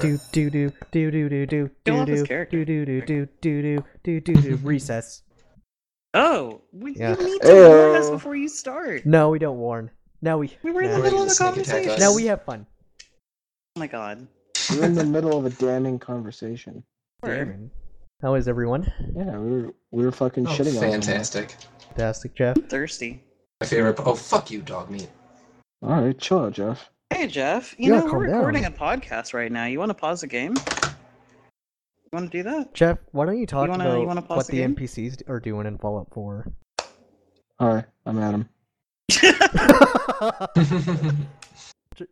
do do do do do do do Still do love this do character. do do do do do do do do do recess. Oh, we, Yeah. you need to warn us Ew. before you start. No, we don't warn. Now we We were in now the we- Wait, middle of the a sneak attack conversation. us. Now we have fun. Oh my god. We're in the middle of a damning conversation. Word. How is everyone? Yeah, we were we were fucking Oh, shitting on someone. Fantastic. Fantastic, Jeff. Thirsty. My favorite. Oh, fuck you, dog meat. All right, chill out, Jeff. Hey Jeff, you Yeah, know calm we're down. recording a podcast right now. You want to pause the game? You want to do that? Jeff, why don't you talk wanna- you wanna about pause what the the game? NPCs d- are doing in Fallout 4? All right, I'm Adam.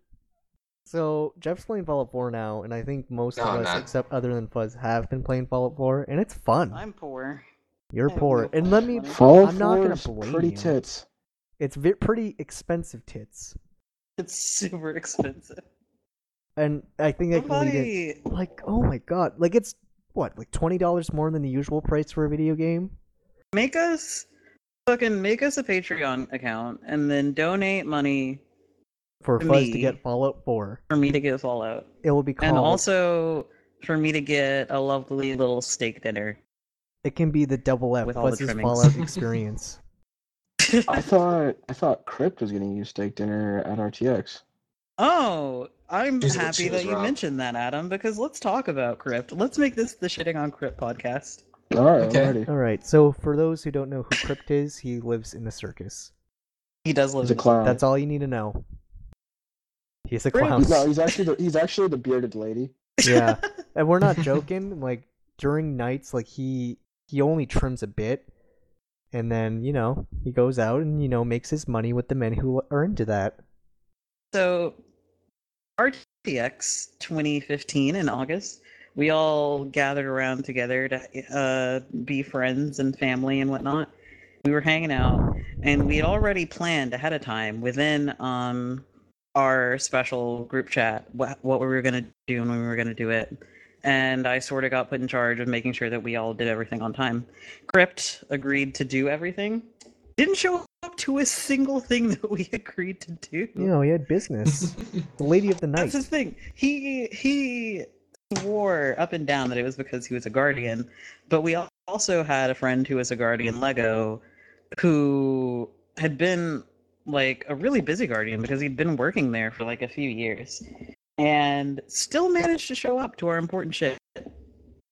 so Jeff's playing Fallout 4 now, and I think most No, of I'm us, not. except other than Fuzz, have been playing Fallout 4, and it's fun. I'm poor. You're I have poor, no and let me. fucking Fallout I'm not 4 gonna is blame pretty you. tits. It's vi- pretty expensive tits, It's super expensive. and I think I can lead it. Somebody- Like, oh my god, like it's what, like twenty dollars more than the usual price for a video game? make us fucking make us a Patreon account and then donate money for To Fuzz to me. get Fallout 4. for me to get Fallout. It will be called. And also for me to get a lovely little steak dinner. it can be the double F with all the Fuzz's trimmings. Fallout experience. Oh, I thought I thought Crypt was getting you steak dinner at RTX. Oh, I'm She's- happy she that was you wrong. mentioned that, Adam, because let's talk about Crypt. Let's make this the shitting on Crypt podcast. All right, Okay. I'm ready. All right, so for those who don't know who Crypt is, he lives in the circus. He does live He's a in a clown. That's all you need to know. He's a Really? clown. No, he's actually the, he's actually the bearded lady. yeah, and we're not joking. Like during nights, like he he only trims a bit, and then you know he goes out and you know makes his money with the men who are into that. So, RTX 2015 in August, we all gathered around together to uh, be friends and family and whatnot. We were hanging out, and we had already planned ahead of time within um, our special group chat what, what we were going to do and when we were going to do it. And I sort of got put in charge of making sure that we all did everything on time. Crypt agreed to do everything. Didn't show up to a single thing that we agreed to do. You know he had business. the lady of the night. That's his thing. He he swore up and down that it was because he was a guardian, but we al- also had a friend who was a guardian Lego, who had been like a really busy guardian because he'd been working there for like a few years, and still managed to show up to our important shit,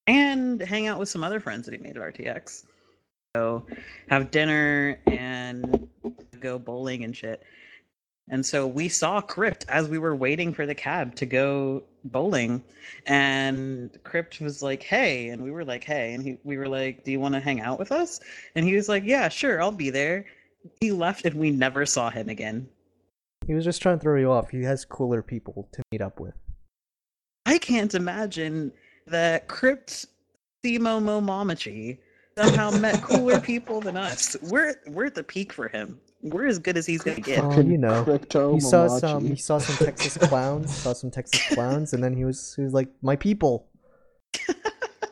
and hang out with some other friends that he made at RTX. So have dinner and go bowling and shit. And so we saw Crypt as we were waiting for the cab to go bowling. And Crypt was like, hey. And we were like, hey. And he, we were like, do you want to hang out with us? And he was like, yeah, sure, I'll be there. He left and we never saw him again. He was just trying to throw you off. He has cooler people to meet up with. I can't imagine that Crypt Themo Momomachi somehow met cooler people than us. We're, we're at the peak for him. We're as good as he's going to get. Oh, Fucking you know, Crypto He saw Momachi. some. He saw some Texas clowns. Saw some Texas clowns, and then he was he was like, "My people."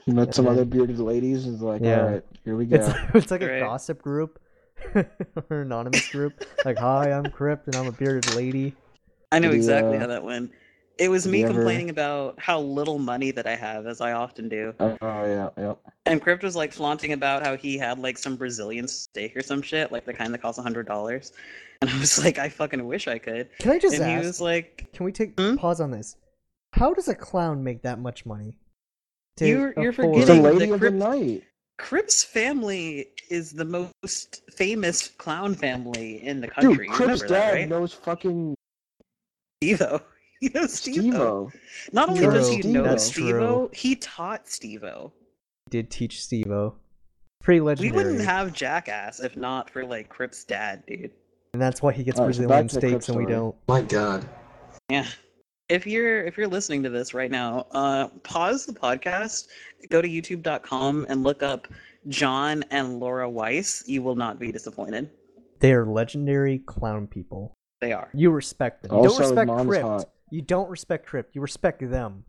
He met some Yeah. other bearded ladies and was like, Yeah. all right, here we go. It's, it's like Right. a gossip group, or anonymous group. Like, hi, I'm Crypt, and I'm a bearded lady. I know Did he, exactly uh, how that went. It was did me he ever- complaining about how little money that I have, as I often do. Oh, yeah, yeah. And Crypt was like flaunting about how he had like some Brazilian steak or some shit, like the kind that costs hundred dollars. And I was like, I fucking wish I could. Can I just and ask? he was like, can we take Hmm? pause on this? How does a clown make that much money? You're- you're afford- He's He's the getting the lady of the crypt- night. Crypt's family is the most famous clown family in the country. Dude, You Crip's remember dad that, right? knows fucking Stevo. He knows Stevo. Stevo. Not only does True. he know That's true. Stevo, he taught Stevo. did teach Stevo. Pretty We legendary. wouldn't have Jackass if not for like Crypt's dad, dude. and that's why he gets Alright, so back Brazilian to the Crypt steaks, and we story. don't. My god. Yeah. if you're if you're listening to this right now, uh, pause the podcast, go to YouTube.com and look up John and Laura Weiss. You will not be disappointed. They are legendary clown people. They are. You respect them. You Also, don't respect mom's Crypt. hot. You don't respect Crypt. You respect them.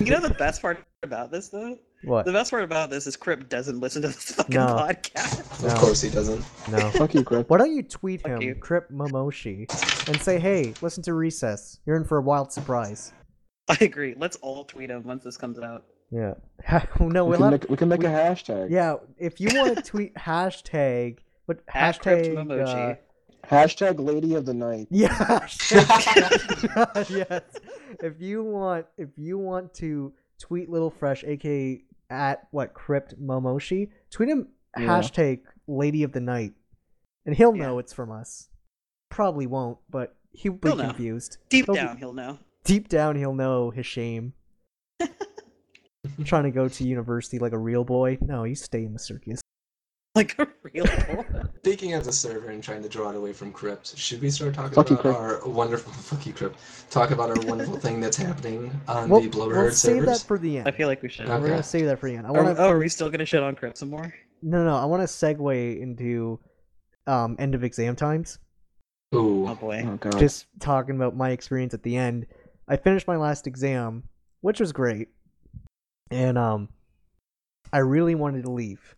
You know the best part about this though. What? The best part about this is Crip doesn't listen to this fucking No. podcast. Of No. course he doesn't. No. Fuck you, Grip. Why don't you tweet Fuck him, you. Crip Momoshi, and say, hey, listen to Recess. You're in for a wild surprise. I agree. Let's all tweet him once this comes out. Yeah. oh, no, we, we'll can have, make, we can make a hashtag. Yeah, if you want to tweet hashtag, what At Crypt hashtag? Memoji. uh, Hashtag Lady of the Night. yeah. hashtag- yes. If you want, if you want to tweet Little Fresh, aka at what Crypt Momoshi, tweet him Yeah. hashtag Lady of the Night, and he'll Yeah. know it's from us. Probably won't, but he'll be He'll know. confused. Deep He'll be- down, he'll know. deep down, he'll know his shame. Trying to go to university like a real boy? No, you stay in the circus. Like a real boy. Speaking of the server and trying to draw it away from Crypt, should we start talking Fuck you, about our wonderful fuck you, Crypt? Talk about our wonderful thing that's happening on Well, the Blubberherd we'll save that servers. for the end. I feel like we should. Okay. We're gonna save that for the end. I Are, want to oh, are we still gonna shit on Crip some more? no, no. I want to segue into um, end of exam times. Oh Ooh, boy. Oh god. Just talking about my experience at the end. I finished my last exam, which was great, and um, I really wanted to leave.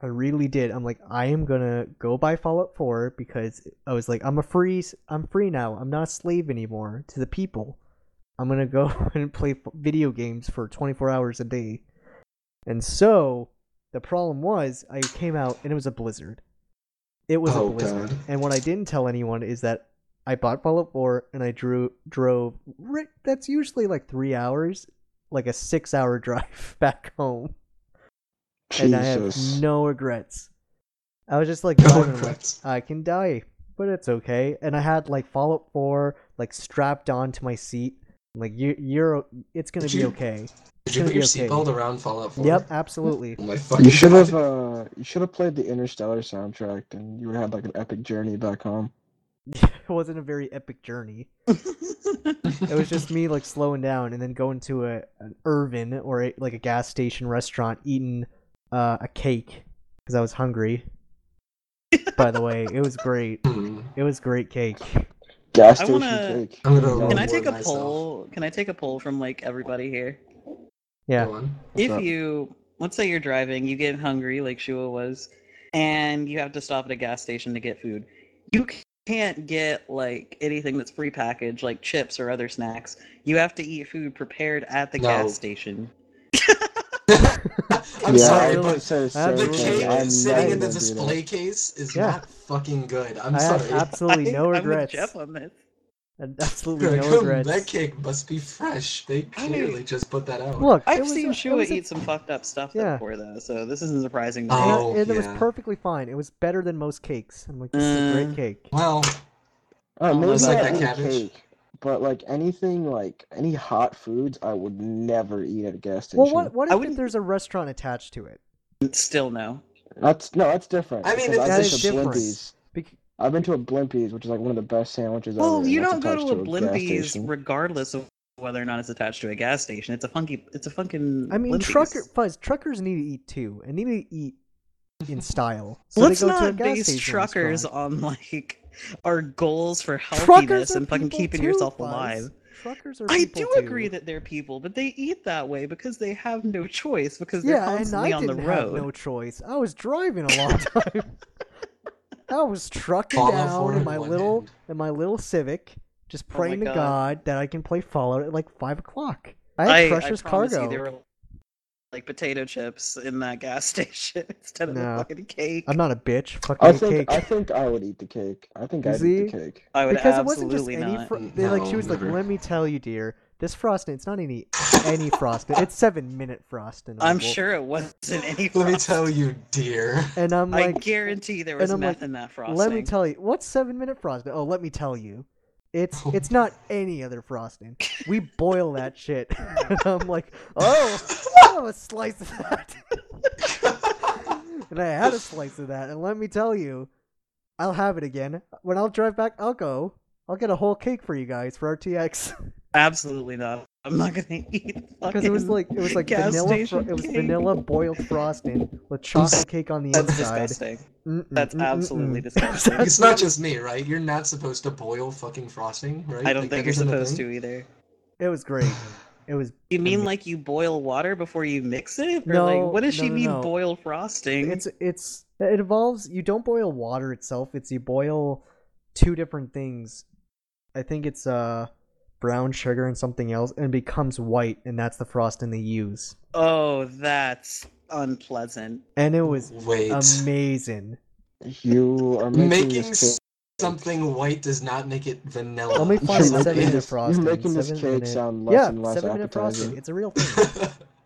I really did. I'm like, I am gonna go buy Fallout 4 because I was like, I'm a free, I'm free now. I'm not a slave anymore to the people. I'm gonna go and play f- video games for 24 hours a day. And so the problem was, I came out and it was a blizzard. It was Oh, a blizzard. God. And what I didn't tell anyone is that I bought Fallout 4 and I drew drove. ri- That's usually like three hours, like a six-hour drive back home, and I Jesus. have no regrets. I was just like, no "God, regrets. I can die, but it's okay. And I had like Fallout 4 like strapped onto my seat. I'm like you, you're, it's gonna Did be you- okay. Did you gonna put your be okay. seatbelt around Fallout 4? Yep, absolutely. Oh my fucking You should God. have uh, you should have played the Interstellar soundtrack, and you would have had like an epic journey back home. it wasn't a very epic journey. It was just me like slowing down and then going to a an Irvin or a, like a gas station restaurant, eating uh, a cake because I was hungry. By the way, it was great. Hmm. It was great cake. Gas I station wanna- cake. I'm gonna No. Can I reward take a myself. poll? Can I take a poll from like everybody here? Yeah. Go on. What's if up? you let's say you're driving, you get hungry like Shua was, and you have to stop at a gas station to get food. You c- can't get like anything that's prepackaged, like chips or other snacks. You have to eat food prepared at the No. gas station. I'm yeah, sorry, I would but say the same the Absolutely. thing. cake I'm sitting not in the gonna do that. display case is Yeah. not fucking good. I'm i have sorry. absolutely no I- regrets. I'm with Jeff on this. And Absolutely Like, no hmm, regrets. That cake must be fresh. They I- clearly just put that out. Look, it I've was seen a- it Shua was a- eat some fucked up stuff Yeah. before though, so this isn't surprising to and me. I- Oh, and it was yeah. perfectly fine. It was better than most cakes. I'm like, this is a Mm. great cake. Well, Oh, maybe Almost not like that eat cabbage. cake, but like anything, like any hot foods, I would never eat at a gas station. Well, what what I if wouldn't- there's a restaurant attached to it? Still no. That's no, that's different. I mean, because it's- I've that been is to different. Blimpies. Bec- I've been to a Blimpies, which is like one of the best sandwiches ever. Well, and you that's don't go attached to a gas Blimpies station. regardless of whether or not it's attached to a gas station. It's a funky it's a fucking I mean, Blimpies. trucker fuzz truckers need to eat too, and need to eat in style. So Let's they go to a not gas base station truckers restaurant. on like our goals for Truckers healthiness are and fucking people keeping too, yourself Fuzz. alive. Truckers are. I people do too. agree that they're people, but they eat that way because they have no choice because they're Yeah, and I constantly on didn't the have road. no choice. I was driving a long time. I was trucking Fallout down four in in my one little hand. in my little Civic, just Oh my praying to God. God that I can play Fallout at like five o'clock. I had precious promise you cargo. They were like potato chips in that gas station instead of No. the fucking cake. I'm not a bitch. Fuck I that think cake. I think I would eat the cake. I think You I'd eat see? the cake. I would because it wasn't just absolutely any. not. Fro- they like she No, was like, never. "Let me tell you, dear, this frosting. It's not any any frosting. It's seven minute frosting. I'm Uncle." sure it wasn't any. let me frost- tell you, dear. And I'm I like, guarantee there and was I'm meth like, in that frosting. let me tell you, what's seven minute frosting? Oh, let me tell you, it's Oh. it's not any other frosting. We boil that shit. and I'm like, oh, oh, a slice of that. and I had a slice of that, and let me tell you, I'll have it again when I'll drive back. I'll go. I'll get a whole cake for you guys for RTX Absolutely not. I'm not gonna eat. because it was like it was like gas vanilla fro- station it was cake. vanilla boiled frosting with chocolate cake on the That's inside. disgusting. Mm-mm, That's mm-mm, absolutely mm-mm. disgusting. It's not just me, right? You're not supposed to boil fucking frosting, right? I don't think Like, that you're isn't a supposed thing? to either. It was great. It was. You mean like you boil water before you mix it? Or No, like what does no, she no, mean no. boil frosting? It's it's it involves you don't boil water itself. It's you boil two different things. I think it's uh brown sugar and something else, and it becomes white, and that's the frosting they use. Oh, that's unpleasant. And it was Wait. Um, amazing. You are making, Making this cake. s- something white does not make it vanilla. Let me You're find making- seven you're minute frosting. making this seven cake minute- sound less yeah, and less seven minute frosting. appetizing. It's a real thing.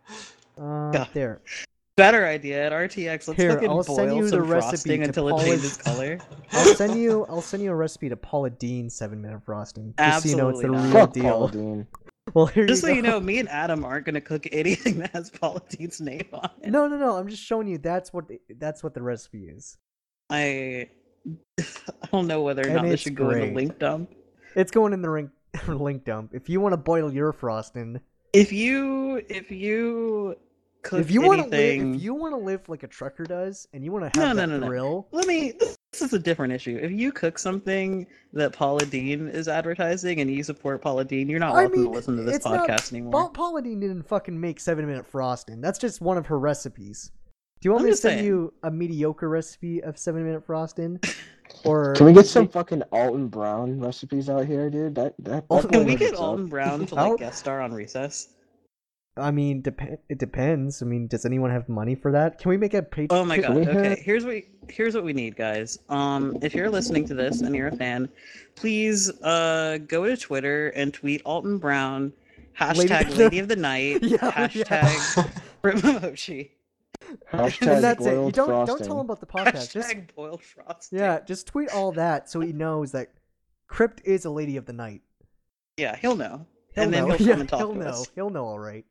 Uh, God. There. Better idea at RTX. Let's Here, fucking I'll boil send you the some recipe frosting to until it polish- changes color. I'll send you. I'll send you a recipe to Paula Dean's seven minute frosting. Just so you know it's the Absolutely real not. Fuck deal. Paula Dean. Well, here Just so go. you know, me and Adam aren't gonna cook anything that has Paula Deen's name on it. No, no, no. I'm just showing you. That's what. The, that's what the recipe is. I I don't know whether or And not it's this should go in great. the link dump. It's going in the rink, link dump. If you want to boil your frosting, If you if you cook if you want to live, anything, if you want to live like a trucker does, and you want to No, have no, that no, no. thrill, let me this, this is a different issue. If you cook something that Paula Dean is advertising and you support Paula Dean, you're not I welcome mean, to listen to this it's not- podcast anymore. Paul Paula Deen didn't fucking make seven minute frosting. That's just one of her recipes. Do you want I'm me to just send saying. you a mediocre recipe of seven minute frosting, or Can we get some fucking Alton Brown recipes out here, dude? That that. that Alton- boy Oh, Can we knows get what's Alton up. Brown to I'll- like guest star on Recess? I mean, dep- it depends. I mean, does anyone have money for that? Can we make a Patreon? Oh my Can god. we Okay, have- here's what here's what we need, guys. Um, if you're listening to this and you're a fan, please uh go to Twitter and tweet Alton Brown hashtag of Lady, the- of the Night Yeah, yeah. hashtag Rimochi Hashtag And that's it. You boiled don't don't frosting. tell him about the podcast. hashtag Just boiled frosting. yeah, just tweet all that so he knows that Crypt is a lady of the night. yeah, he'll know. He'll and know. then he'll come yeah, and talk he'll to know. us. He'll know. All right.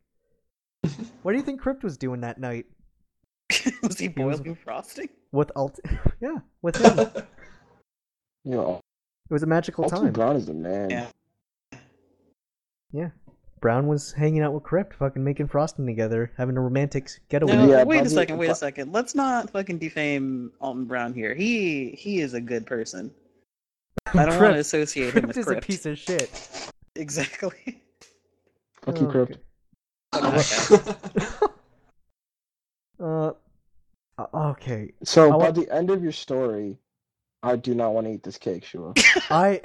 what do you think Crypt was doing that night Was he He was- boiling frosting? with Alt? yeah, with him. it Yo, was a magical Alton time. Brown is the man. Yeah. Yeah, Brown was hanging out with Crypt, fucking making frosting together, having a romantic getaway. No, Yeah, wait a Bobby- second, wait Bo- a second. Let's not fucking defame Alton Brown here. He he is a good person. I don't want Crypt- to associate him Crypt with is Crypt. a piece of shit. Exactly. Fuck you, Okay. Crypt. Uh, uh, okay. So I by want- the end of your story, I do not want to eat this cake, Shua. I.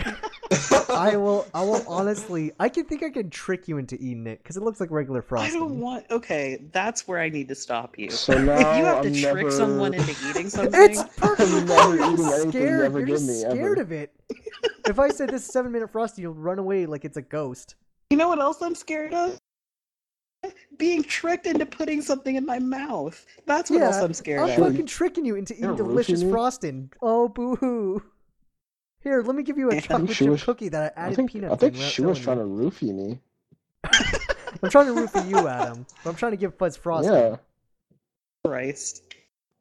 I will. I will honestly. I can think I can trick you into eating it because it looks like regular I frosting. don't want. Okay, that's where I need to stop you. So now if you have I'm to never... trick someone into eating something, It's perfectly never fine. You're eating just anything you scared. ever You're give just me, ever. scared of it. If I said this seven minute frosty, you'll run away like it's a ghost. you know what else I'm scared of? Being tricked into putting something in my mouth. That's what Yeah, Oh, else I'm scared I'm of. fucking tricking you into eating You're delicious roofing me? frosting. Oh boo hoo. Here, let me give you a I think chocolate she chip was- cookie that I I added think peanuts. I think in without she was telling trying to roofie me. you. I'm trying to root for you, Adam. But I'm trying to give Fuzz frosting. Yeah, Christ.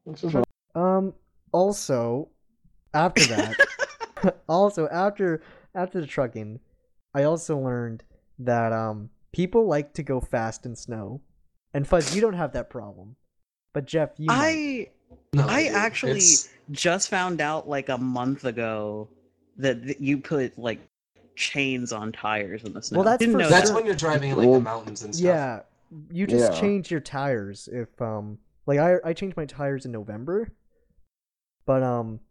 this is what Um. Also, after that, also after after the trucking, I also learned that um people like to go fast in snow, and Fuzz, you don't have that problem, but Jeff, you might. I No, I dude, actually it's- just found out like a month ago that th- you put like chains on tires in the snow. Well, that's Didn't for know sure. That's that. when you're driving in like the Well, mountains and stuff. yeah. You just Yeah. change your tires if um like I I changed my tires in November, but um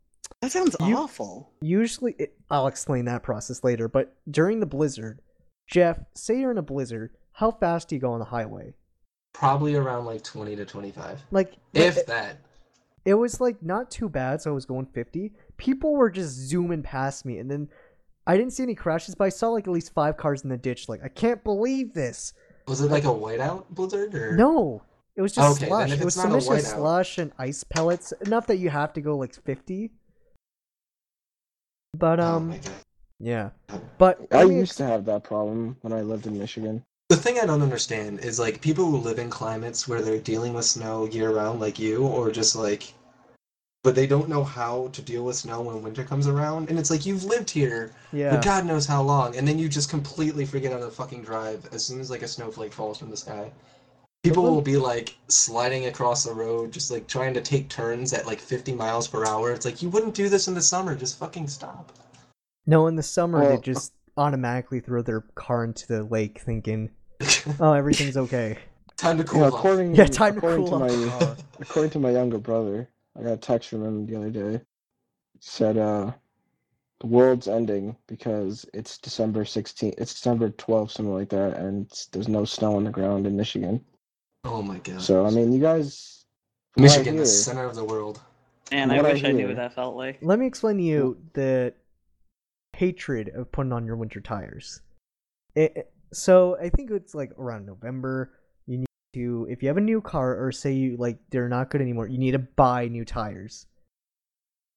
That sounds You- awful. usually it, i'll explain that process later but during the blizzard jeff say you're in a blizzard how fast do you go on the highway Probably around like 20 to 25. like If it, that. it was like not too bad so i was going 50 people were just zooming past me and then i didn't see any crashes but i saw like at least five cars in the ditch like i can't believe this Was it like a whiteout blizzard or no it was just Okay, then slush if it it's was not so a much whiteout- as slush and ice pellets enough that you have to go like 50 but Oh um my God. yeah but I let me used to have that problem when I lived in Michigan. The thing I don't understand is like people who live in climates where they're dealing with snow year round, like you, or just like but they don't know how to deal with snow when winter comes around. And it's like you've lived here Yeah. for God knows how long, and then you just completely forget on the fucking drive as soon as like a snowflake falls from the sky. People will be like sliding across the road, just like trying to take turns at like 50 miles per hour. It's like you wouldn't do this in the summer. Just fucking stop. No, in the summer Oh. Well- they just automatically throw their car into the lake, thinking, "Oh, everything's okay." Time to cool Yeah, off. according Yeah, time to according cool off. my according to my younger brother, I got a text from him the other day. Said uh the world's ending because it's December sixteenth it's December twelfth, something like that, and it's, there's no snow on the ground in Michigan. Oh my god. So I mean you guys from what I Michigan, the hear- center of the world. And I What I wish I, knew hear. what that felt like. Let me explain to you the hatred of putting on your winter tires. It, it- so I think it's like around November. You need to, if you have a new car, or say you like they're not good anymore, you need to buy new tires.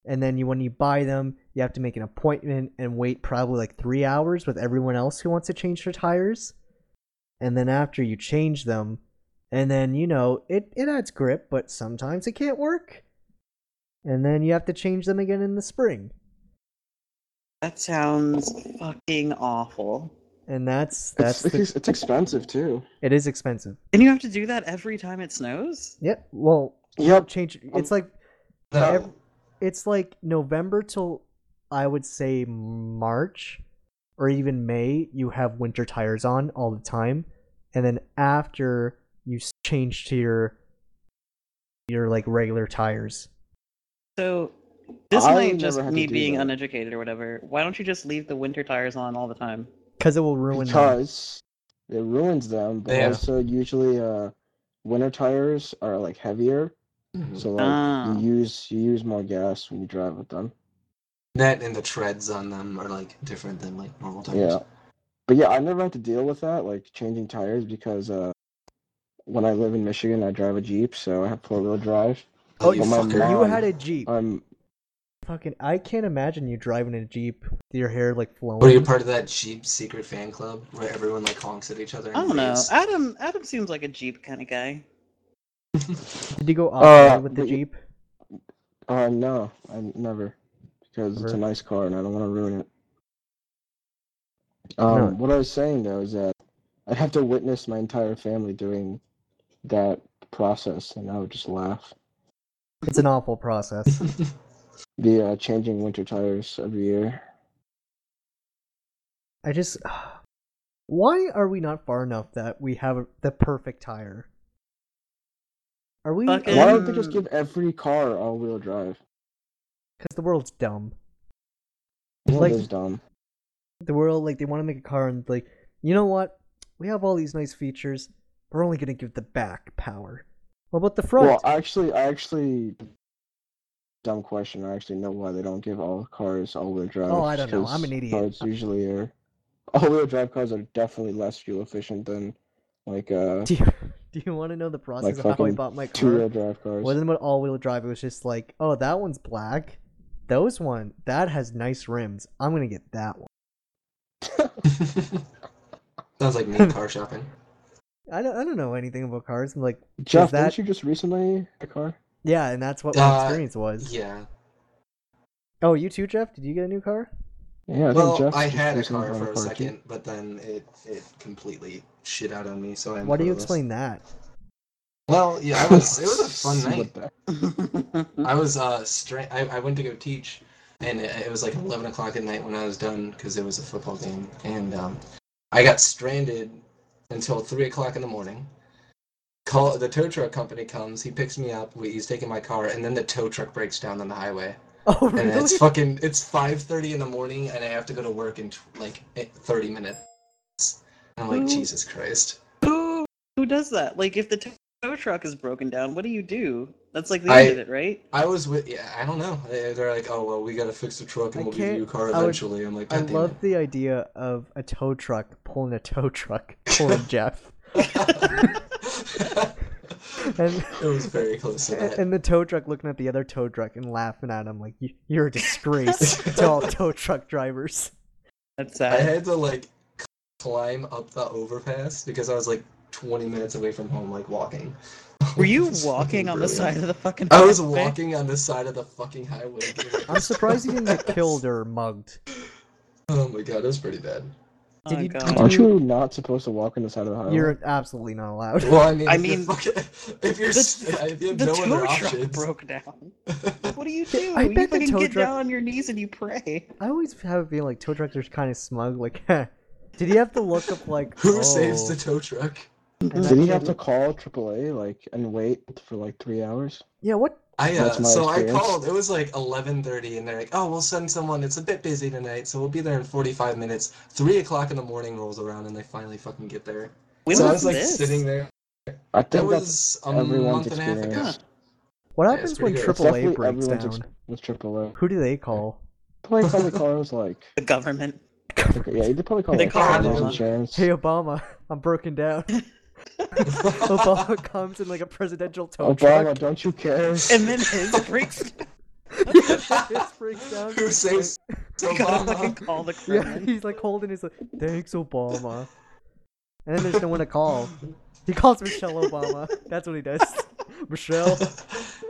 And then you, when you buy them, you have to make an appointment and wait probably like three hours with everyone else who wants to change their tires. And then after you change them, and then you know it it adds grip, but sometimes it can't work and then you have to change them again in the spring. That sounds fucking awful. And that's that's it's, the, it's, it's expensive too. it is expensive. And you have to do that every time it snows? Yep. Well, Yep. change. Um, It's like No. Ev- it's like November till I would say March or even May. You have winter tires on all the time, and then after you s- change to your your like regular tires. So this I might never just had to me do being that. uneducated or whatever. Why don't you just leave the winter tires on all the time? Because it will ruin them. because it ruins them, but Yeah. also usually uh winter tires are like heavier. Mhm. So like Ah. you use you use more gas when you drive with them. That and the treads on them are like different than like normal tires. Yeah. But yeah, I never had to deal with that, like changing tires because uh when I live in Michigan I drive a Jeep, so I have four wheel drive. Oh, you you my fucker. mom- You had a jeep. Um Fucking, I can't imagine you driving a jeep with your hair like flowing. Were you part of that Jeep secret fan club where everyone like honks at each other? I don't know. waves? Adam Adam seems like a Jeep kind of guy. Did you go off Uh, with the but you- jeep? uh no, I never because it's a nice car and I don't want to ruin it. Um No. what I was saying though is that I'd have to witness my entire family doing that process and I would just laugh. It's an awful process. The uh, changing winter tires every year. I just why are we not far enough that we have the perfect tire? Are we? Fucking- Why Because don't they just give every car all wheel drive? the world's dumb. Well, Like- that is dumb. The world like they want to make a car and like you know what? We have all these nice features. We're only gonna give the back power. What about the front? Well, actually, I actually, dumb question. I actually know why they don't give all cars all-wheel drive. Oh, I don't know. I'm an 'cause idiot. Cars usually are all-wheel drive cars are definitely less fuel efficient than like uh do you do you want to know the process like of how I fucking bought my car? two-wheel drive cars. wasn't about all wheel drive. It was just like, oh, that one's black. Those one that has nice rims. I'm gonna get that one. Sounds like me car shopping. I don't, I don't know anything about cars. I'm like, Jeff, that- didn't you just recently get a car? yeah, and that's what Uh, my experience was. Yeah. Oh, you too, Jeff? Did you get a new car? Yeah, I think Well, Jeff I just had a recently car bought for a car, too. second, but then it it completely shit out on me. So I. am Why do you clueless. explain that? Well, yeah, I was. It was a fun night. What the- I was uh stra- I, I went to go teach, and it, it was like eleven o'clock at night when I was done because it was a football game, and um, I got stranded until three o'clock in the morning. Call the tow truck company comes, he picks me up, we, he's taking my car, and then the tow truck breaks down on the highway, Oh, and really? it's fucking it's five thirty in the morning, and I have to go to work in tw- like eh, thirty minutes. And I'm like Ooh. Jesus Christ. who who does that? Like if the tow truck is broken down, what do you do? That's like the I- end of it, right? I was with yeah, I don't know. They- They're like, oh well, we gotta fix the truck I and we'll give can't- you a car I would- eventually. I'm like, I God damn love it. the idea of a tow truck pulling a tow truck, pulling Jeff. And, it was very close to that. and the tow truck looking at the other tow truck and laughing at him like, "You- you're a disgrace to all tow truck drivers. That's I sad. had to like climb up the overpass because I was like 20 minutes away from home, like walking. Were you It's fucking walking on the brilliant. side of the fucking? I was highway? walking on the side of the fucking highway. dude. I'm surprised you didn't get killed or mugged. Oh my god, that's pretty bad. Oh, Did you- God. Aren't you not supposed to walk on the side of the highway? You're absolutely not allowed. Well, I mean, I if you're mean, fucking, if you're, the- s- if you have the no tow other truck options, broke down. What do you do? I you bet the fucking tow get truck- down on your knees and you pray. I always have a feeling like tow trucks are kind of smug. Like, "Heh." did he have to look up like who oh, saves the tow truck? and Did he that's have to what- call AAA like and wait for like three hours? Yeah, what? I uh, That's my so I experience. called. It was like 11:30, and they're like, "Oh, we'll send someone. It's a bit busy tonight, so we'll be there in 45 minutes." Three o'clock in the morning rolls around, and they finally fucking get there. When so I was was like this? sitting there. I That think that's was a everyone's month and a half ago. experience. What Yeah, happens it's when pretty good. It's AAA definitely breaks everyone's down? ex- with AAA. Who do they call? Probably probably callers like The government. yeah, you could probably call They like call farmers everyone. insurance. Hey Obama, I'm broken down. Obama comes in like a presidential tow Obama, truck. Oh, don't you care? And then his breaks down. This breaks down. Who saves Gotta fucking Obama? call the Yeah, government. he's like holding his like, thanks Obama. And then there's no one to call. He calls Michelle Obama. That's what he does. Michelle.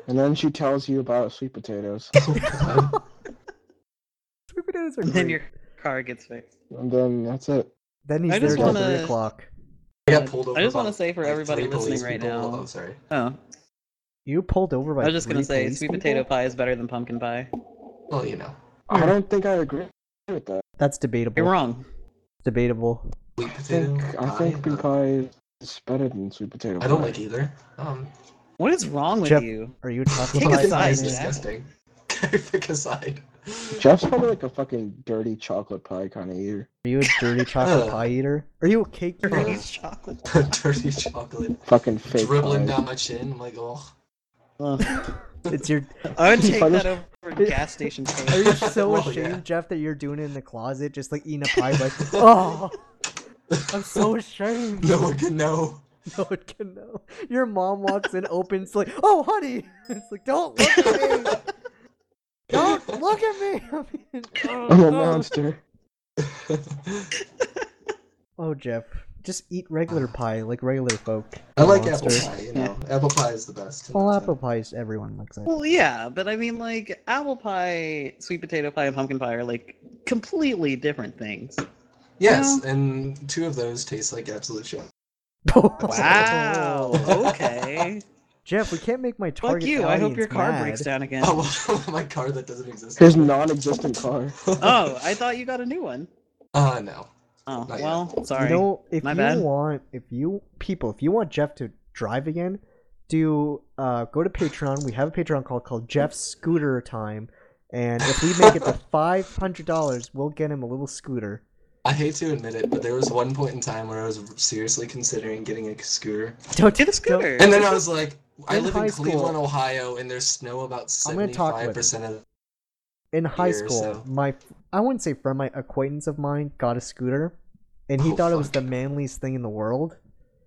And then she tells you about sweet potatoes. Sweet potatoes are And then your great. car gets fixed. and then that's it. Then he's I there just till three wanna- o'clock. I got pulled over. I just by, wanna say for like, everybody three listening police right people. now- Oh, sorry. Oh, You pulled over by. I was just gonna three say police sweet people? potato pie is better than pumpkin pie. Well, you know, I don't think I agree with that. That's debatable. You're wrong. Debatable. sweet I think potato. I pie, think uh, pumpkin pie is better than sweet potato. I don't pie. like either. Um, What is wrong with Jeff- you? Are you a tough Take a pumpkin guy? pie is side, Jack. disgusting. Pick a side. Jeff's probably like a fucking dirty chocolate pie kind of eater. Are you a dirty chocolate Ugh. pie eater? Are you a cake eater? Bernie's chocolate. Dirty chocolate Fucking fake dribbling pies. down my chin. I'm like, oh. Ugh. It's your. I would take Punish- that over gas station Are cake. you so Well, Oh, yeah. ashamed, Jeff, that you're doing it in the closet, just like eating a pie? Like, oh, I'm so ashamed. No one can know. No one can know. Your mom walks in, opens like, "Oh, honey!" It's like, "Don't look at me! Don't look at me!" I mean, I'm a monster. oh, Jeff, just eat regular pie like regular folk. I like Monster. apple pie. You know, apple pie is the best. Well, apple pies, everyone likes it. Well, yeah, but I mean, like apple pie, sweet potato pie, and pumpkin pie are like completely different things. Yes, and two of those taste like absolute shit. Wow. okay. Jeff, we can't make my target Fuck you. I audience hope your car mad. breaks down again. Oh, well, my car that doesn't exist. His non-existent car. oh, I thought you got a new one. Uh, no. Oh, Not yet. well, sorry. You know, if My you bad. want, if you people, if you want Jeff to drive again, do uh, go to Patreon. We have a Patreon called called Jeff Scooter Time, and if we make it to five hundred dollars, we'll get him a little scooter. I hate to admit it, but there was one point in time where I was seriously considering getting a scooter. Don't Get a scooter. And then I was like, I In live high in school- Cleveland, Ohio, and there's snow about I'm gonna talk with 75% of In high Year or school, so. my I wouldn't say friend, my acquaintance of mine got a scooter, and he Oh, thought it was the fuck. manliest thing in the world.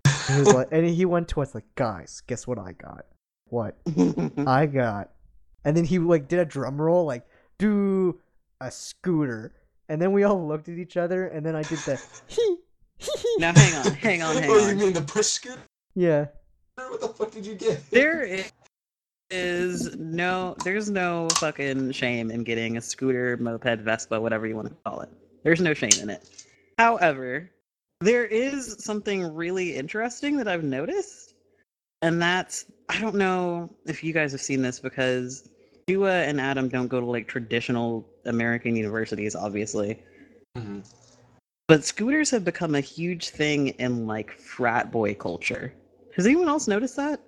And he was like, and he went to us like, guys, guess what I got? What? I got. And then he like did a drum roll, like, do a scooter. And then we all looked at each other, and then I did the hee hee hee. now hang on, hang on, hang Oh, you on. mean the push scooter? Yeah. What the fuck did you get? There i- is no, there's no fucking shame in getting a scooter, moped, Vespa, whatever you want to call it. There's no shame in it. However, there is something really interesting that I've noticed, and that's I don't know if you guys have seen this because Dua and Adam don't go to like traditional American universities, obviously. Mm-hmm. Mhm. But scooters have become a huge thing in like frat boy culture. Has anyone else noticed that?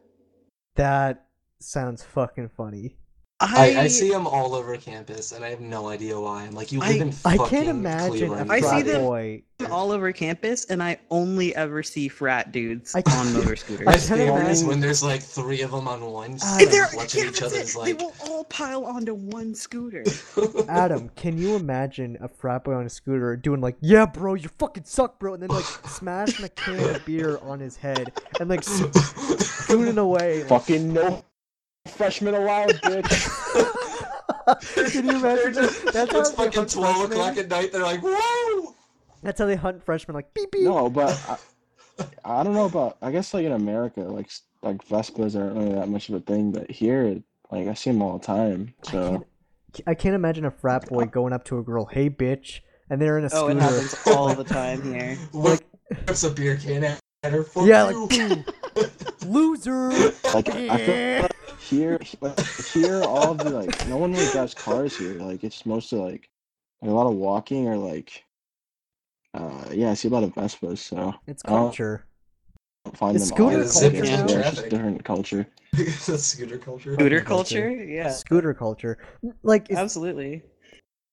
That sounds fucking funny. I, I see them all over campus, and I have no idea why. I'm like, you I- live in I fucking can't imagine a Cleveland. I frat see Fuck them- it. boy. them all over campus, and I only ever see frat dudes I- on motor scooters. I My can't favorite is imagine- when there's like three of them on one, Ah. side And they're- watching yeah, each that's other's it, like. they will all pile onto one scooter. Adam, can you imagine a frat boy on a scooter doing like, "Yeah, bro, you fucking suck, bro," and then like smashing a can of beer on his head and like scooting away? like- Fucking no freshman allowed, bitch. can you imagine? that? That's how it's they fucking hunt twelve freshmen. o'clock at night. They're like, "Whoa!" That's how they hunt freshmen. Like beep beep. no, but I, I don't know about. I guess like in America, like s- like Vespas aren't really that much of a thing, but here, it, like I see them all the time. So I can't imagine a frat boy going up to a girl, "Hey, bitch," and they're in a Oh, it scooter. happens all the time here. Whips a beer can at at her. Fuck yeah, you. like loser. like I feel here, like, here all the like no one really drives cars here. Like it's mostly like, like a lot of walking or like, uh yeah, I see a lot of Vespas. So It's I don't culture. find Is them all. scooter over culture here, now? yeah, it's just Traffic. different culture. That's scooter culture. Scooter culture. culture? Yeah, Scooter culture. Like, it's, absolutely.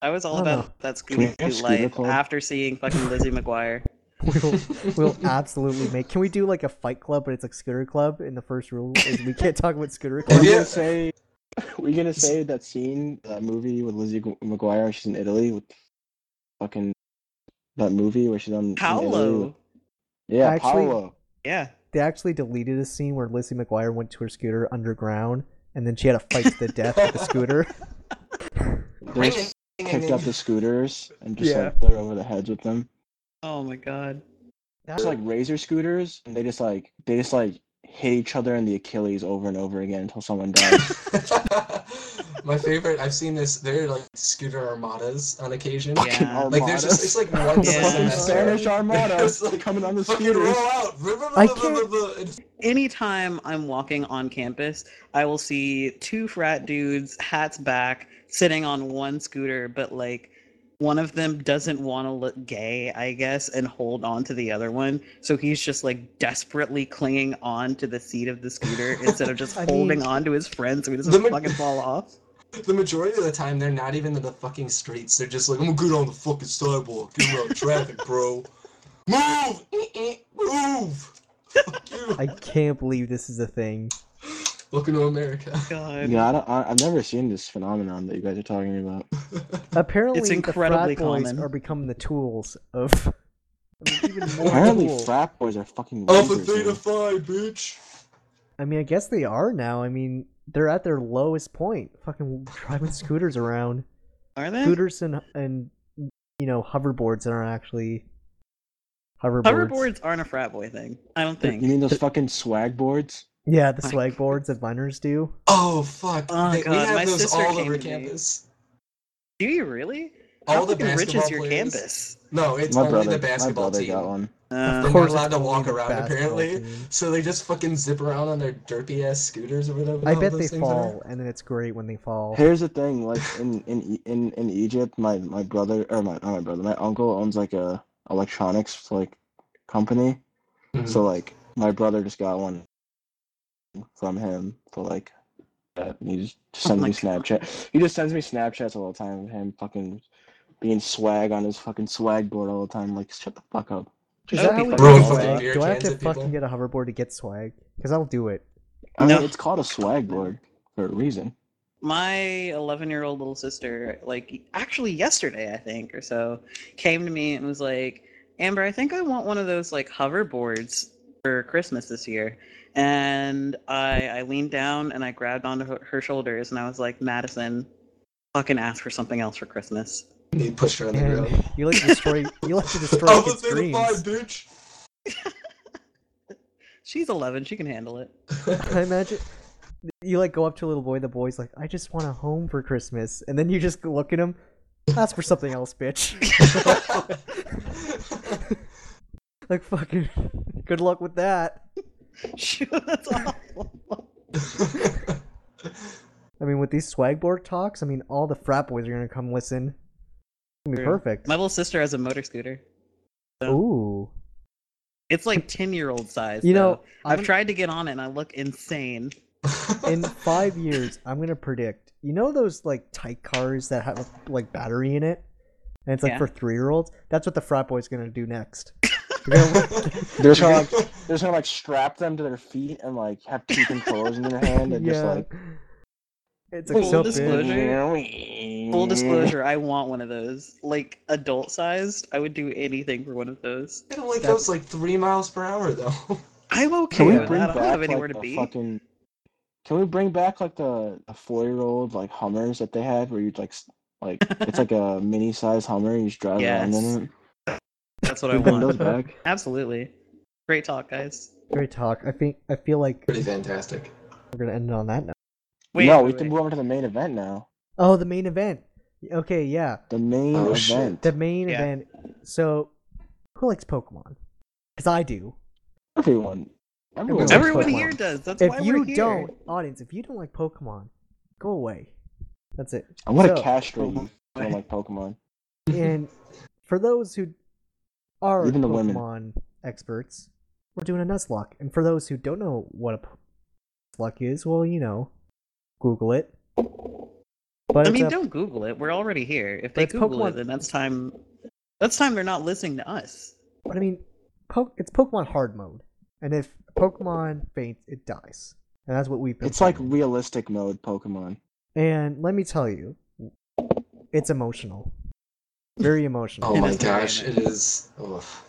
I was all I don't about know. that Can we Scooby have Doo Scooter life Club? after seeing fucking Lizzie McGuire. we'll, we'll absolutely make. Can we do like a fight club, but it's like Scooter Club, and the first rule is we can't talk about Scooter Are Club. we Yeah. gonna say? Are you gonna say that scene, that movie with Lizzie Gu- McGuire? She's in Italy with fucking that movie where she's on in Italy with- Paolo. Yeah, Actually- Paolo. Yeah. They actually deleted a scene where Lizzie McGuire went to her scooter underground, and then she had a fight to the death with the scooter. They just picked up the scooters and just Yeah. like they're over the heads with them. Oh my god. It's like razor scooters, and they just like they just like hit each other in the Achilles over and over again until someone dies. My favorite. I've seen this. They're like scooter armadas on occasion. Yeah. Like there's just it's like one Yeah. Fucking semester. Spanish Armada It's like, coming on the Fucking roll scooters. out. I can't- It's- anytime I'm walking on campus, I will see two frat dudes, hats back, sitting on one scooter, but like one of them doesn't want to look gay, I guess, and hold on to the other one. So he's just like desperately clinging on to the seat of the scooter instead of just I holding mean- on to his friend so he The doesn't ma- fucking fall off. The majority of the time, they're not even in the fucking streets. They're just like, I'm good on the fucking sidewalk. You're out of traffic, bro. Move! Eh-eh, Move! Fuck you. I can't believe this is a thing. Welcome to America. God. Yeah, I don't, I, I've never seen this phenomenon that you guys are talking about. Apparently, the incredibly frat boys common. are becoming the tools of. I mean, even more Apparently, tools. frat boys are fucking Alpha losers, Theta man. Phi, bitch. I mean, I guess they are now. I mean, they're at their lowest point. Fucking driving scooters around, Are they? scooters and and you know hoverboards that aren't actually hoverboards. Hoverboards aren't a frat boy thing. I don't think. You mean those fucking swag boards? Yeah, the My swag boards that miners do. Oh, fuck. Oh, They- we God, have my those sister all came over to me. campus. Do you really? How All the fucking rich basketball is your players. campus? No, it's my only brother, the basketball my brother team. got one. Uh, They're course not it's allowed to only walk the around basketball apparently, team. so they just fucking zip around on their derpy ass scooters or whatever. the I hell bet those they things are. fall, and then it's great when they fall. Here's the thing, like in in E- in, in Egypt, my, my brother or my not my brother, my uncle owns like a electronics like company. Mhm. So like my brother just got one from him for like that. and He just sends Oh my me Snapchat. He just sends me Snapchats all the time of him fucking being swag on his fucking swag board all the time. Like shut the fuck up. Is that that how would we be do Throwing fucking swag? beer Do I have cans to at people. fucking get a hoverboard to get swag? Because I'll do it. I No. mean, it's called a swag board for a reason. my 11 year old little sister like actually yesterday i think or so came to me and was like amber i think i want one of those like hoverboards for christmas this year and i i leaned down and i grabbed onto her, her shoulders and i was like madison fucking ask for something else for christmas He pushed her on the And ground. you like to destroy. You like to destroy Alpha kids' Theta Phi, dreams. bitch. she's 11 she can handle it I imagine you like go up to a little boy. The boy's like, "I just want a home for Christmas," and then you just look at him. Ask for something else, bitch. like fucking. Good luck with that. Shoot, that's awful I mean, with these swag board talks, I mean, all the frat boys are gonna come listen. It's gonna be True. perfect. my little sister has a motor scooter Ooh, it's like 10 year old size you know, though. i've I'm- tried to get on it and i look insane in five years, I'm gonna predict. You know those like tight cars that have like battery in it, and it's like Yeah. for three year olds. That's what the frat boy's gonna do next. They're gonna They're just gonna like they're just gonna like strap them to their feet and like have two controllers in their hand and just like it's like Full so big. disclosure. Mm. Full disclosure, I want one of those. Like adult sized, I would do anything for one of those. It only goes like three miles per hour though. I'm okay Can we with bring that. I back don't have like, anywhere to the be. fucking? Can we bring back like the, the four year old like Hummers that they had where you like s- like it's like a mini size Hummer and you just drive around Yes. in it? That's what I Can we bring those want. back? Absolutely. Great talk, guys. Great talk. I think I feel like Pretty fantastic. we're gonna end it on that note. Wait, no, we wait, can wait. move on to the main event now. Oh, the main event. Okay, yeah, The main Oh, shit. event. the main Yeah. event. So, who likes Pokemon? Because I do. Everyone. Everyone, Everyone. likes Everyone Pokemon. here does. That's why if we're you here. don't, audience, if you don't like Pokemon, go away. That's it. I'm gonna So- castrate you. if you don't like Pokemon. And for those who are Mm-hmm. Even the Pokemon women. experts, we're doing a Nuzlocke. And for those who don't know what a p- Nuzlocke is, well, you know, Google it. But I it's mean, a- don't Google it. We're already here. If they it's Google Pokemon. it, then that's time. That's time they're not listening to us. But I mean, po- it's Pokemon hard mode, and if Pokemon faints, it dies, and that's what we've been. It's like playing. realistic mode Pokemon. and let me tell you, it's emotional, very emotional. Oh It my is gosh, very it is. Oof.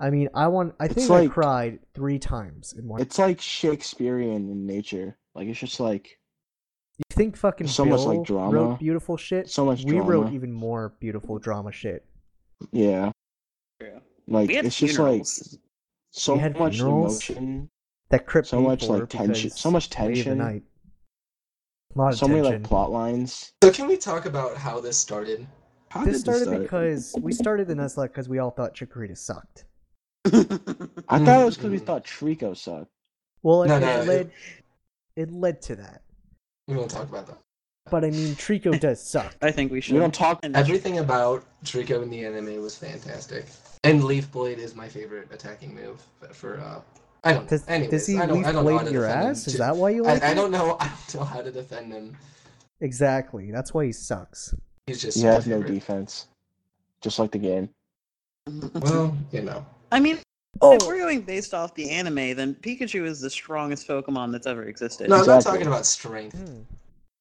I mean, I want. I It's think I like- cried three times in one. It's like Shakespearean in nature. Like it's just like you think fucking so much, Bill like, drama. wrote beautiful shit? So much We drama. wrote even more beautiful drama shit. yeah. True. Like We had it's just funerals. like so We had much funerals. emotion. That crypt So me much, for like, tension- because so much late in the tension. night. A lot of So many tension. like plot lines. So can we talk about how this started? How this did started start? because we started the Nuzlocke because we all thought Chikorita sucked. I thought it was because we Mm. Mhm. thought Trico sucked. Well, it, No, it no, it- led it led to that. We won't talk about that. But I mean, Trico does suck. I think we should. We don't talk. And Everything about Trico in the anime was fantastic, and Leaf Blade is my favorite attacking move. For uh, I don't. Does, anyways, does he I don't, leaf I don't know how blade to your defend him ass? Is too- that why you like I, I him? don't know. I don't know how to defend him. Exactly. That's why he sucks. He's just He my has no favorite. defense, just like the game. Well, you know. I mean, Oh, if we're going based off the anime, then Pikachu is the strongest Pokemon that's ever existed. No, I'm not Exactly. talking about strength. hmm.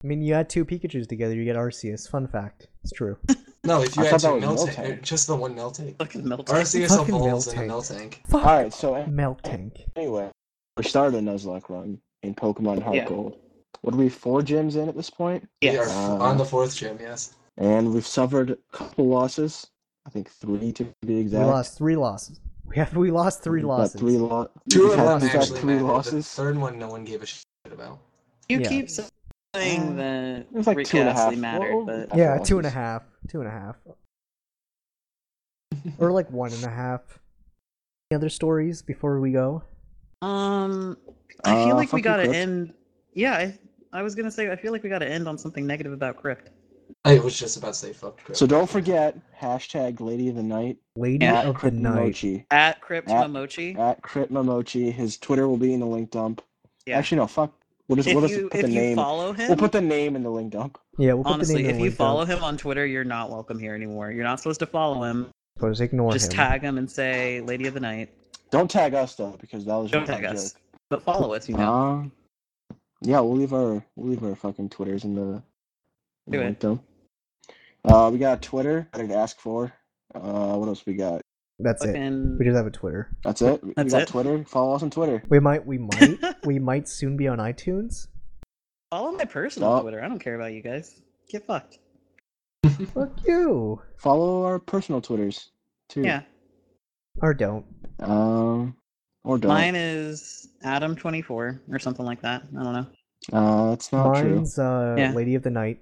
I mean, you add two Pikachu's together, you get Arceus. Fun fact. It's true. No, if you I had thought two that was Miltank, Miltank. or just the one Miltank. Fucking Meltan. Arceus Fucking evolves in a Miltank. Miltank. Fuck. All right, so an- Meltank. anyway, we started a Nuzlocke run in Pokemon Heart Yeah. Gold. What are we four gyms in at this point? We are Yes. f- Uh, on the fourth gym, yes. and we've suffered a couple losses. I think three to be We exact. lost three losses. We have we lost three We've got losses. Three lo- Two we've of had- them we've had actually three mattered. losses. The third one, no one gave a shit about. You Yeah. keep saying that It was like Rick two and a half. Astley mattered, Well, but yeah, after two and a losses. half. Two and a half. or like one and a half. Any other stories before we go? um, I feel Uh, like we fuck you, gotta Crypt. end. Yeah, I, I was gonna say I feel like we gotta end on something negative about Crypt. I was just about to say fuck Crypt. So don't forget hashtag Lady of the Night Lady Yeah, at of the Crypt Night. Momochi. At Crypt At- Momochi. At Crypt Momochi. His Twitter will be in the link dump. yeah. Actually, no. Fuck. We'll just, if we'll just you put if the you name. follow him, We'll put the name in the link dump. Yeah, we'll put the honestly, name in if the you link down. follow him on Twitter, you're not welcome here anymore. You're not supposed to follow him. But just ignore Just him. tag him and say Lady of the Night. Don't tag us though, because that was Don't just a tag us, joke. but follow us. You know. Um, yeah, we'll leave our we'll leave our fucking Twitters in the, in the Do it. link dump. Uh, we got Twitter. I did ask for. Uh, what else we got? That's it. Fucking- We just have a Twitter. That's it. we That's got it. Twitter. Follow us on Twitter. We might, we might, we might soon be on iTunes. Follow my personal Well- Twitter. I don't care about you guys. Get fucked. Fuck you, Follow our personal Twitters too. Yeah. or don't. Um, or don't. Mine is Adam24 or something like that. I don't know. Uh, that's not true. Mine's uh, Yeah. Lady of the Night.